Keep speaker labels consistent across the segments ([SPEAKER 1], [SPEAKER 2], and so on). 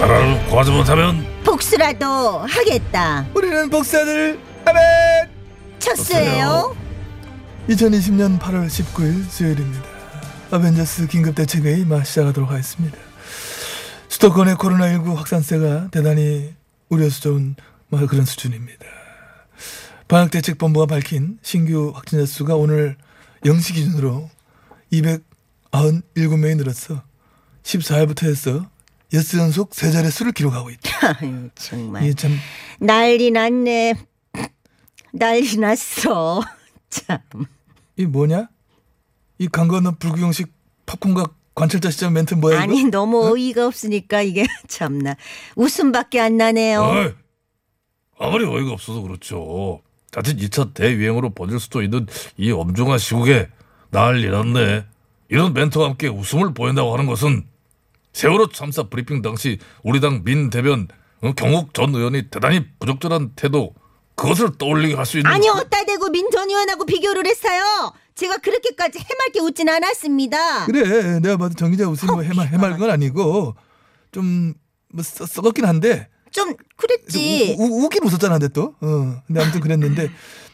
[SPEAKER 1] 나라를 구하지 못하면
[SPEAKER 2] 복수라도 하겠다.
[SPEAKER 3] 우리는 복사들 아멘
[SPEAKER 2] 첫수예요.
[SPEAKER 3] 2020년 8월 19일 수요일입니다 아벤져스 긴급대책회의 막 시작하도록 하겠습니다 수도권의 코로나19 확산세가 대단히 우려스러운 뭐 그런 수준입니다 방역대책본부가 밝힌 신규 확진자 수가 오늘 0시 기준으로 297명이 늘었어 14일부터 해서 엿스 연속 세 자리 수를 기록하고 있다
[SPEAKER 2] 아유, 정말
[SPEAKER 3] 이게 참
[SPEAKER 2] 난리 났네. 난리 났어. 참.
[SPEAKER 3] 이 뭐냐? 이 강건은 불구형식 팝콘과 관찰자 시장 멘트 뭐야 이거?
[SPEAKER 2] 아니 너무 어이가 없으니까 이게 참나 웃음밖에 안 나네요.
[SPEAKER 1] 어이, 아무리 어이가 없어서 그렇죠. 자칫 2차 대유행으로 번질 수도 있는 이 엄중한 시국에 난리 났네. 이런 멘트와 함께 웃음을 보인다고 하는 것은 세월호 참사 브리핑 당시 우리 당 민 대변 어, 경욱 전 의원이 대단히 부적절한 태도 그것을 떠올리게 할 수 있는
[SPEAKER 2] 아니 어따 대고 민 전 의원하고 비교를 했어요. 제가 그렇게까지 해맑게 웃진 않았습니다.
[SPEAKER 3] 그래 내가 봐도 정 기자 웃음이 뭐 해말 해맑은 건 아니고 좀뭐 썩었긴 한데
[SPEAKER 2] 좀
[SPEAKER 3] 좀
[SPEAKER 2] 그랬지.
[SPEAKER 3] 우, 우, 웃긴 웃었잖아 근데 또 어. 근데 아무튼 그랬는데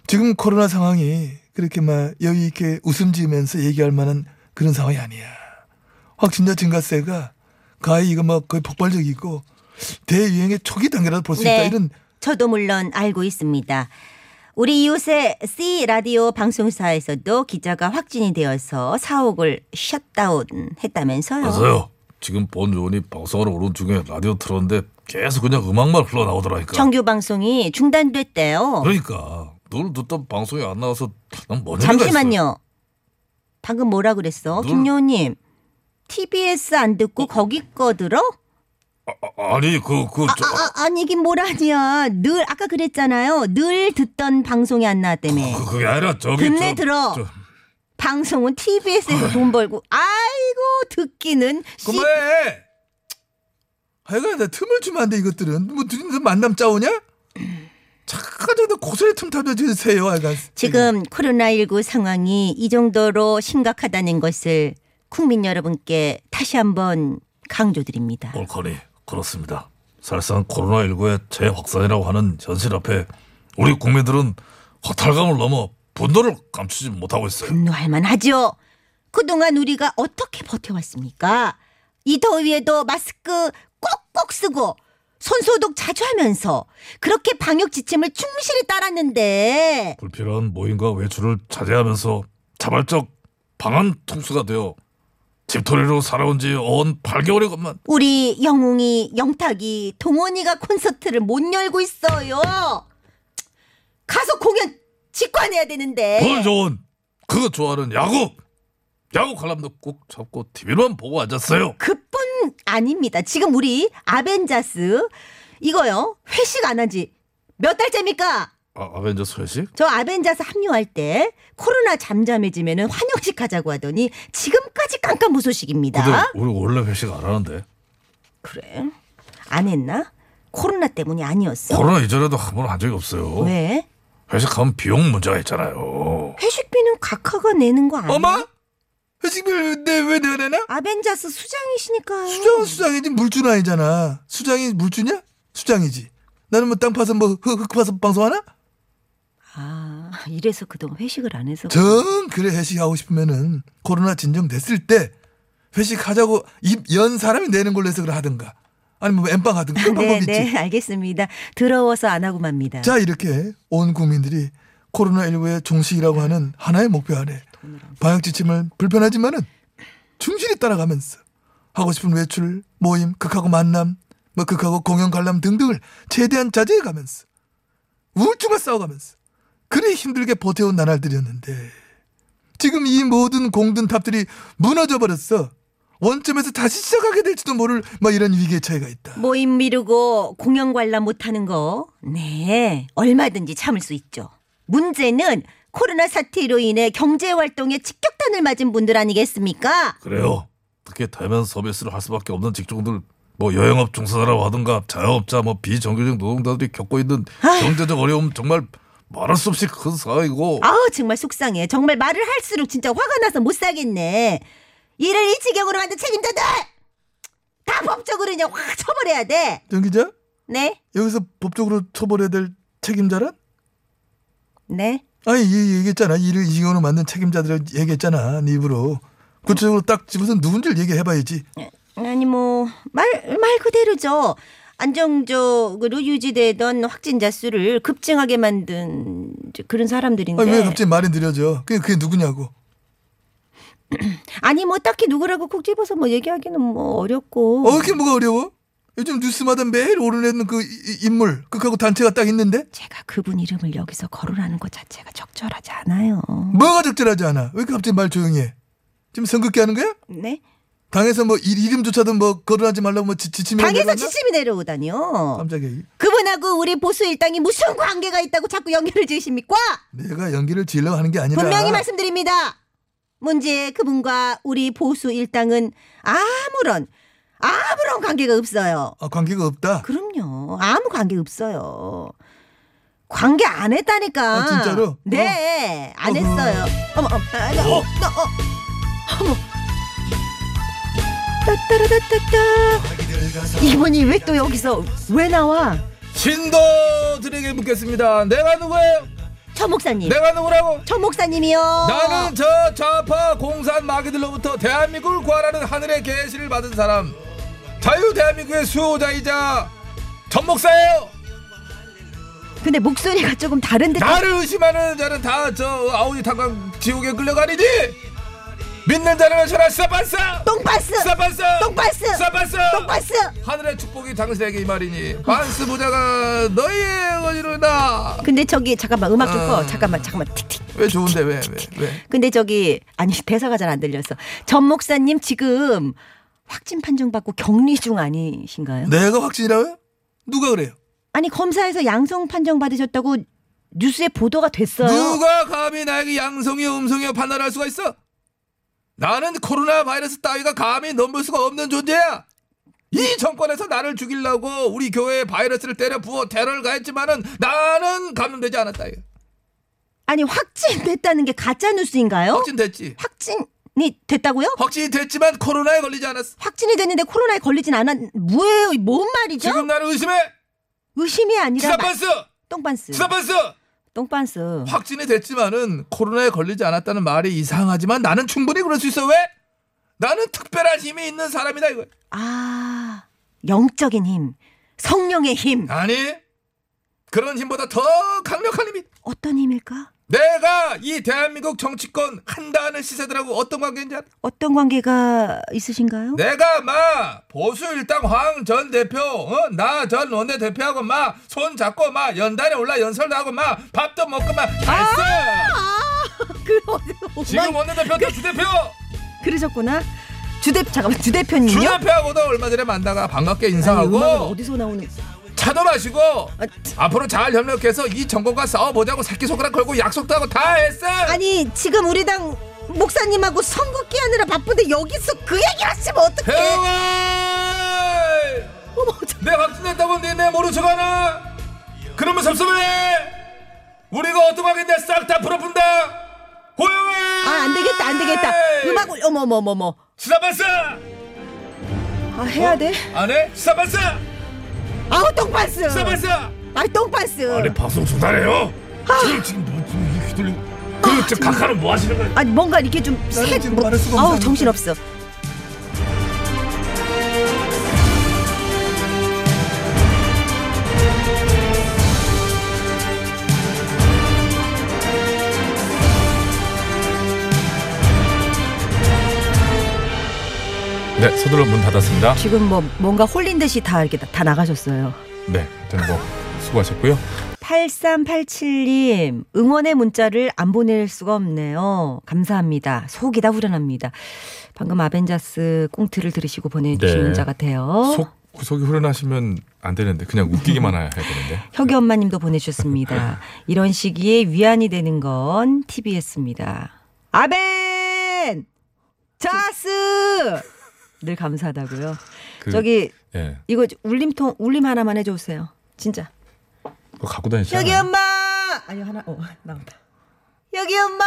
[SPEAKER 3] 지금 코로나 상황이 그렇게 막 여유 있게 웃음 지으면서 얘기할 만한 그런 상황이 아니야 확진자 증가세가 가히 이거 막 거의 폭발적이고 대유행의 초기 단계라도 볼 수 있다
[SPEAKER 2] 네.
[SPEAKER 3] 이런
[SPEAKER 2] 저도 물론 알고 있습니다. 우리 이웃의 C 라디오 방송사에서도 기자가 확진이 되어서 사옥을 셧다운 했다면서요.
[SPEAKER 1] 맞아요. 지금 본 의원이 방송하러 오는 중에 라디오 틀었는데 계속 그냥 음악만 흘러나오더라니까.
[SPEAKER 2] 정규 방송이 중단됐대요.
[SPEAKER 1] 그러니까 늘 듣던 방송이 안 나와서 난뭔
[SPEAKER 2] 잠시만요. 방금 뭐라 그랬어?
[SPEAKER 1] 눈-
[SPEAKER 2] 김여우님. TBS 안 듣고 거기 거 들어?
[SPEAKER 1] 아, 아니 그그 저
[SPEAKER 2] 아, 아니긴 뭘 아니야. 늘 아까 그랬잖아요. 늘 듣던 방송이 안 나왔다며.
[SPEAKER 1] 그, 그게 아니라 저기
[SPEAKER 2] 듣네
[SPEAKER 1] 저-
[SPEAKER 2] 들어.
[SPEAKER 1] 저-
[SPEAKER 2] 방송은 TBS에서 돈 벌고 아이고 듣기는 씨.
[SPEAKER 3] 그만해! 하여간 나 틈을 주면 안 돼 이것들은 뭐 둘이서 만남 짜오냐? 착하게 고소리 틈 타주세요 하여간
[SPEAKER 2] 지금 코로나19 상황이 이 정도로 심각하다는 것을 국민 여러분께 다시 한번 강조드립니다.
[SPEAKER 1] 올커니 그렇습니다. 사실상 코로나19의 재확산이라고 하는 현실 앞에 우리 국민들은 허탈감을 넘어 분노를 감추지 못하고 있어요.
[SPEAKER 2] 분노할 만하죠. 그동안 우리가 어떻게 버텨왔습니까? 이 더위에도 마스크 꼭꼭 쓰고 손소독 자주 하면서 그렇게 방역 지침을 충실히 따랐는데
[SPEAKER 1] 불필요한 모임과 외출을 자제하면서 자발적 방안 통수가 되어 집토리로 살아온 지언 8개월의 것만
[SPEAKER 2] 우리 영웅이 영탁이 동원이가 콘서트를 못 열고 있어요. 가서 공연 직관해야 되는데.
[SPEAKER 1] 그건 좋은 그거 좋아하는 야구 야구 관람도 꼭 잡고 TV만 보고 앉았어요.
[SPEAKER 2] 그뿐 아닙니다. 지금 우리 아벤자스 이거요 회식 안 한 지 몇 달째입니까?
[SPEAKER 1] 아, 아벤져스 회식?
[SPEAKER 2] 저 아벤자스 합류할 때 코로나 잠잠해지면은 환영식 하자고 하더니 지금까지
[SPEAKER 1] 근데
[SPEAKER 2] 깜깜무소식입니다.
[SPEAKER 1] 우리 원래 회식 안 하는데
[SPEAKER 2] 그래? 안 했나? 코로나 때문이 아니었어?
[SPEAKER 1] 코로나 이전에도 한 번 한 적이 없어요.
[SPEAKER 2] 왜?
[SPEAKER 1] 회식하면 비용 문제가 있잖아요.
[SPEAKER 2] 회식비는 각하가 내는 거 아니야?
[SPEAKER 3] 엄마? 회식비를 내 왜 내가 내나?
[SPEAKER 2] 아벤자스 수장이시니까요.
[SPEAKER 3] 수장은 수장이지 물주는 아니잖아 수장이 물주냐? 수장이지 나는 뭐 땅 파서 뭐 흙, 흙 파서 방송하나?
[SPEAKER 2] 아 이래서 그동안 회식을 안 해서.
[SPEAKER 3] 정 그래 회식하고 싶으면은 코로나 진정됐을 때 회식하자고 입 연 사람이 내는 걸로 해서 그래 하든가 아니면 뭐 엠빵 하든가 그런
[SPEAKER 2] 네,
[SPEAKER 3] 방법이 있지
[SPEAKER 2] 네, 알겠습니다. 더러워서 안 하고 맙니다.
[SPEAKER 3] 자 이렇게 온 국민들이 코로나19의 종식이라고 하는 하나의 목표 아래 방역 지침을 불편하지만은 충실히 따라가면서 하고 싶은 외출, 모임, 극하고 만남, 뭐 극하고 공연 관람 등등을 최대한 자제해 가면서 우울증과 싸워가면서 그리 힘들게 버텨온 나날들이었는데 지금 이 모든 공든 탑들이 무너져 버렸어. 원점에서 다시 시작하게 될지도 모를 막 이런 위기의 차이가 있다.
[SPEAKER 2] 모임 미루고 공연 관람 못하는 거, 네, 얼마든지 참을 수 있죠. 문제는 코로나 사태로 인해 경제 활동에 직격탄을 맞은 분들 아니겠습니까?
[SPEAKER 1] 그래요. 특히 대면 서비스를 할 수밖에 없는 직종들, 뭐 여행업 종사자라고 하든가 자영업자, 뭐 비정규직 노동자들이 겪고 있는 경제적 어려움 정말 말할 수 없이 큰 사이고.
[SPEAKER 2] 아우 정말 속상해. 정말 말을 할수록 진짜 화가 나서 못 살겠네. 이를 이 지경으로 만든 책임자들 다 법적으로 그냥 확 처벌해야 돼.
[SPEAKER 3] 정 기자
[SPEAKER 2] 네,
[SPEAKER 3] 여기서 법적으로 처벌해야 될 책임자란?
[SPEAKER 2] 네.
[SPEAKER 3] 아니 이 얘기했잖아 이를 이용으로 만든 책임자들 얘기했잖아 네 입으로 구체적으로 딱 집어서 누군지를 얘기해봐야지
[SPEAKER 2] 아니 뭐 말 말 그대로죠. 안정적으로 유지되던 확진자 수를 급증하게 만든 이제 그런 사람들인데.
[SPEAKER 3] 아니 왜 갑자기 말이 느려져 그게, 그게 누구냐고
[SPEAKER 2] 아니, 뭐 딱히 누구라고 콕 집어서 뭐 얘기하기는 뭐 어렵고.
[SPEAKER 3] 어 그게 뭐가 어려워 요즘 뉴스마다 매일 오르내는 그 이- 이- 인물 극하고 단체가 딱 있는데
[SPEAKER 2] 제가 그분 이름을 여기서 거론하는 것 자체가 적절하지 않아요.
[SPEAKER 3] 뭐가 적절하지 않아 왜 이렇게 갑자기 말 조용히 해 지금 선긋기 하는 거야?
[SPEAKER 2] 네?
[SPEAKER 3] 당에서 뭐 이- 이름조차도 뭐 거론하지 말라고 뭐 지, 지침이
[SPEAKER 2] 당에서
[SPEAKER 3] 내려갔나?
[SPEAKER 2] 지침이 내려오다니요.
[SPEAKER 3] 깜짝이야
[SPEAKER 2] 그분하고 우리 보수 일당이 무슨 관계가 있다고 자꾸 연결을 지으십니까?
[SPEAKER 3] 내가 연기를 지으려고 하는 게 아니라
[SPEAKER 2] 분명히 말씀드립니다. 문제 그분과 우리 보수 일당은 아무런 아무런 관계가 없어요.
[SPEAKER 3] 아, 관계가 없다
[SPEAKER 2] 그럼요. 아무 관계 없어요. 관계 안 했다니까.
[SPEAKER 3] 아, 진짜로?
[SPEAKER 2] 네, 안
[SPEAKER 3] 어허.
[SPEAKER 2] 했어요. 어머, 어머, 아, 나, 어, 나, 어, 어머. 따따라따따따. 이분이 왜 또 여기서 왜 나와?
[SPEAKER 4] 신도들에게 묻겠습니다. 내가 누구예요?
[SPEAKER 2] 저 목사님.
[SPEAKER 3] 네.
[SPEAKER 4] 내가 누구라고?
[SPEAKER 2] 저 목사님이요.
[SPEAKER 4] 나는 저 좌파 공산 마귀들로부터 대한민국을 구하라는 하늘의 계시를 받은 사람, 자유 대한민국의 수호자이자 전 목사예요.
[SPEAKER 2] 근데 목소리가 조금 다른데.
[SPEAKER 4] 나를 의심하는 자는 다 저 아우지 탄광 지옥에 끌려가리니 믿는 자는 외쳐라 사바스,
[SPEAKER 2] 똥바스.
[SPEAKER 4] 사바스,
[SPEAKER 2] 똥바스.
[SPEAKER 4] 사바스,
[SPEAKER 2] 똥바스.
[SPEAKER 4] 하늘의 축복이 당신에게 이 말이니 반스 부자가 너희의 거지로다.
[SPEAKER 2] 근데 저기 잠깐만 음악 좀
[SPEAKER 4] 아.
[SPEAKER 2] 꺼. 잠깐만 잠깐만 틱틱.
[SPEAKER 4] 왜 좋은데 왜 왜, 왜?
[SPEAKER 2] 근데 저기 아니 대사가 잘 안 들려서 전 목사님 지금 확진 판정 받고 격리 중
[SPEAKER 4] 네.
[SPEAKER 2] 아니신가요?
[SPEAKER 3] 내가 확진이라고요? 누가 그래요?
[SPEAKER 2] 아니 검사에서 양성 판정 받으셨다고 뉴스에 보도가 됐어요.
[SPEAKER 4] 누가 감히 나에게 양성이여 음성이여 판단할 수가 있어? 나는 코로나 바이러스 따위가 감히 넘볼 수가 없는 존재야. 이 정권에서 나를 죽이려고 우리 교회에 바이러스를 때려 부어 테러를 가했지만은 나는 감염되지 않았다. 이거.
[SPEAKER 2] 아니 확진됐다는 게 가짜 뉴스인가요?
[SPEAKER 4] 확진됐지.
[SPEAKER 2] 이 됐다고요?
[SPEAKER 4] 확진이 됐지만 코로나에 걸리지 않았어.
[SPEAKER 2] 확진이 됐는데 코로나에 걸리진 않았. 뭐예요? 이뭔 말이죠?
[SPEAKER 4] 지금 나를 의심해.
[SPEAKER 2] 의심이 아니라 마-
[SPEAKER 4] 지사반스,
[SPEAKER 2] 똥반스.
[SPEAKER 4] 지사반스.
[SPEAKER 2] 똥반스.
[SPEAKER 4] 확진이 됐지만은 코로나에 걸리지 않았다는 말이 이상하지만 나는 충분히 그럴 수 있어. 왜? 나는 특별한 힘이 있는 사람이다 이거.
[SPEAKER 2] 아 영적인 힘, 성령의 힘.
[SPEAKER 4] 아니 그런 힘보다 더 강력한 힘이
[SPEAKER 2] 어떤 힘일까?
[SPEAKER 4] 내가 이 대한민국 정치권 한다는 시세들하고 어떤 관계인지 알아?
[SPEAKER 2] 어떤 관계가 있으신가요?
[SPEAKER 4] 내가 마 보수 일당 황 전 대표 어, 나 전 원내 대표하고 마 손 잡고 마 연단에 올라 연설도 하고 마 밥도 먹고
[SPEAKER 2] 아.
[SPEAKER 4] 마 했어
[SPEAKER 2] 그
[SPEAKER 4] 지금 뭐- 원내 대표 또 주대표
[SPEAKER 2] 그러셨구나. 주대 잠깐만 주 대표님요?
[SPEAKER 4] 주 대표하고도 얼마 전에 만나가 반갑게
[SPEAKER 2] 아니, 음악은
[SPEAKER 4] 인사하고
[SPEAKER 2] 어디서 나오는?
[SPEAKER 4] 차도 마시고
[SPEAKER 2] 아,
[SPEAKER 4] 앞으로 잘 협력해서 이 정권과 싸워보자고 새끼손가락 걸고 약속도 하고 다 했어
[SPEAKER 2] 아니 지금 우리 당 목사님하고 선긋기 하느라 바쁜데 여기서 그 얘기 하시면 어떡해?
[SPEAKER 4] 네. 대왕
[SPEAKER 2] 어머 저-
[SPEAKER 4] 내 확진됐다고 니네 모른 척하나? 그러면 섭섭해. 우리가 어떡하겠냐 싹 다 풀어푼다. 고용해.
[SPEAKER 2] 아, 안 되겠다 안 되겠다. 음악 올 어머 어머 어머 어머.
[SPEAKER 4] 수사반스
[SPEAKER 2] 아
[SPEAKER 1] 어?
[SPEAKER 2] 해야 돼?
[SPEAKER 4] 안 해? 수사반스
[SPEAKER 2] 아우 똥반스.
[SPEAKER 4] 수사반스.
[SPEAKER 2] 아 똥반스.
[SPEAKER 1] 아니 방송 중단해요. 지금 지금 뭐 지금 이게 휘둘리고. 그 지금 각하는 뭐 하시는 거예요?
[SPEAKER 2] 아, 아니 뭔가 이렇게 좀
[SPEAKER 3] 나는
[SPEAKER 2] 새-
[SPEAKER 3] 지금 말할 수가
[SPEAKER 2] 아우
[SPEAKER 3] 없어.
[SPEAKER 2] 정신 없어.
[SPEAKER 1] 네, 서둘러 문 닫았습니다.
[SPEAKER 2] 지금 뭐 뭔가 홀린 듯이 다 이렇게 다, 다 나가셨어요. 어?
[SPEAKER 1] 네, 저는 뭐 수고하셨고요.
[SPEAKER 2] 8387님, 응원의 문자를 안 보낼 수가 없네요. 감사합니다. 속이 다 후련합니다. 방금 아벤자스 꽁트를 들으시고 보내주신
[SPEAKER 1] 네.
[SPEAKER 2] 문자 같아요.
[SPEAKER 1] 속 속이 후련하시면 안 되는데 그냥 웃기기만 해야 되는데.
[SPEAKER 2] 혁이 엄마님도 보내주셨습니다. 이런 시기에 위안이 되는 건 TBS입니다. 아벤! 자스! 늘 감사하다고요.
[SPEAKER 1] 그-
[SPEAKER 2] 저기,
[SPEAKER 1] 예.
[SPEAKER 2] 이거 울림통, 울림 하나만 해줘세요. 진짜.
[SPEAKER 1] 그거 갖고 다니시잖아요.
[SPEAKER 2] 여기 엄마! 아니 하나 어 나온다. 여기 엄마!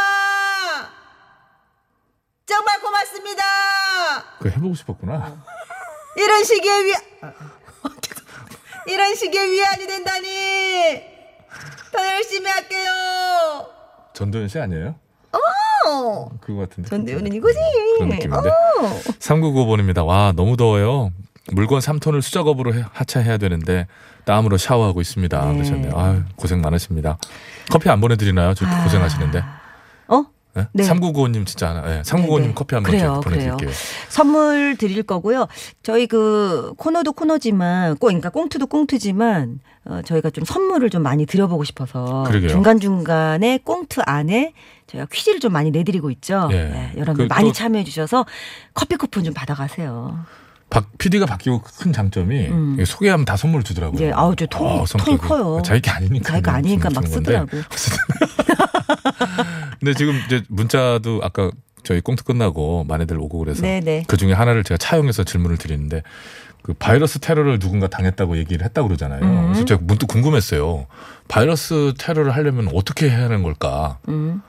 [SPEAKER 2] 정말 고맙습니다.
[SPEAKER 1] 그거 해보고 싶었구나.
[SPEAKER 2] 어. 이런 식의 위 이런 식의 위안이 된다니 더 열심히 할게요.
[SPEAKER 1] 전도연 씨 아니에요? 그거 같은데.
[SPEAKER 2] 어! 전대현은 이거지.
[SPEAKER 1] 그런 느낌인데. 3995번입니다. 와, 너무 더워요. 물건 3톤을 수작업으로 해- 하차해야 되는데 땀으로 샤워하고 있습니다.
[SPEAKER 2] 네.
[SPEAKER 1] 그러셨네요. 아유, 고생 많으십니다. 커피 안 보내드리나요? 저
[SPEAKER 2] 아.
[SPEAKER 1] 고생하시는데.
[SPEAKER 2] 어?
[SPEAKER 1] 네?
[SPEAKER 2] 네.
[SPEAKER 1] 3995님 진짜 하나. 네. 3995님
[SPEAKER 2] 네, 네.
[SPEAKER 1] 커피 한번
[SPEAKER 2] 그래요,
[SPEAKER 1] 좀 보내드릴게요.
[SPEAKER 2] 그래요. 선물 드릴 거고요. 저희 그 코너도 코너지만, 꽁, 그러니까 꽁트도 꽁트지만, 어, 저희가 좀 선물을 좀 많이 드려보고 싶어서
[SPEAKER 1] 그러게요.
[SPEAKER 2] 중간중간에 꽁트 안에 저희가 퀴즈를 좀 많이 내드리고 있죠.
[SPEAKER 1] 예.
[SPEAKER 2] 네, 여러분
[SPEAKER 1] 그
[SPEAKER 2] 많이
[SPEAKER 1] 또-
[SPEAKER 2] 참여해 주셔서 커피 쿠폰 좀 받아가세요.
[SPEAKER 1] 박 PD가 바뀌고 큰 장점이
[SPEAKER 2] 음.
[SPEAKER 1] 이게 소개하면 다 선물 주더라고요.
[SPEAKER 2] 예, 아우, 저 통-
[SPEAKER 1] 아,
[SPEAKER 2] 통이
[SPEAKER 1] 성격이.
[SPEAKER 2] 커요.
[SPEAKER 1] 자기 게 아니니까.
[SPEAKER 2] 자기가 아니니까 막
[SPEAKER 1] 주는 건데.
[SPEAKER 2] 쓰더라고.
[SPEAKER 1] 근데 지금 이제 문자도 아까 저희 꽁트 끝나고 많이들 오고 그래서
[SPEAKER 2] 네네.
[SPEAKER 1] 그 중에 하나를 제가 차용해서 질문을 드리는데 그 바이러스 테러를 누군가 당했다고 얘기를 했다고 그러잖아요.
[SPEAKER 2] 음.
[SPEAKER 1] 그래서 제가 문득 궁금했어요. 바이러스 테러를 하려면 어떻게 해야 하는 걸까?
[SPEAKER 2] 음.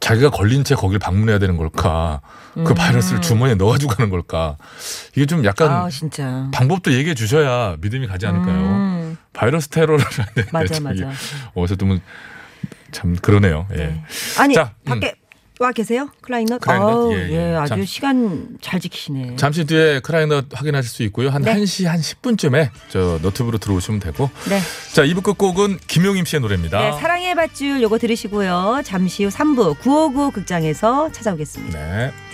[SPEAKER 1] 자기가 걸린 채 거길 방문해야 되는 걸까?
[SPEAKER 2] 음.
[SPEAKER 1] 그 바이러스를 주머니에 넣어가지고 가는 걸까? 이게 좀 약간
[SPEAKER 2] 아, 진짜.
[SPEAKER 1] 방법도 얘기해 주셔야 믿음이 가지 않을까요?
[SPEAKER 2] 음,
[SPEAKER 1] 바이러스 테러를 해야 되는데
[SPEAKER 2] 맞아,
[SPEAKER 1] 네, 저기
[SPEAKER 2] 맞아.
[SPEAKER 1] 어서 두면 참 그러네요. 예.
[SPEAKER 2] 아니,
[SPEAKER 1] 자, 음.
[SPEAKER 2] 밖에 와 계세요? 클라이넛?
[SPEAKER 1] 클라이넛?
[SPEAKER 2] 아우,
[SPEAKER 1] 예,
[SPEAKER 2] 예,
[SPEAKER 1] 예.
[SPEAKER 2] 아주
[SPEAKER 1] 잠-
[SPEAKER 2] 시간 잘 지키시네.
[SPEAKER 1] 잠시 뒤에 크라잉넛 확인하실 수 있고요. 한 1시 한 10분쯤에 저 너튜브로 들어오시면 되고.
[SPEAKER 2] 네.
[SPEAKER 1] 자, 2부 끝곡은 김용임 씨의 노래입니다.
[SPEAKER 2] 네, 사랑의 밧줄 요거 들으시고요. 잠시 후 3부 959 극장에서 찾아오겠습니다.
[SPEAKER 1] 네.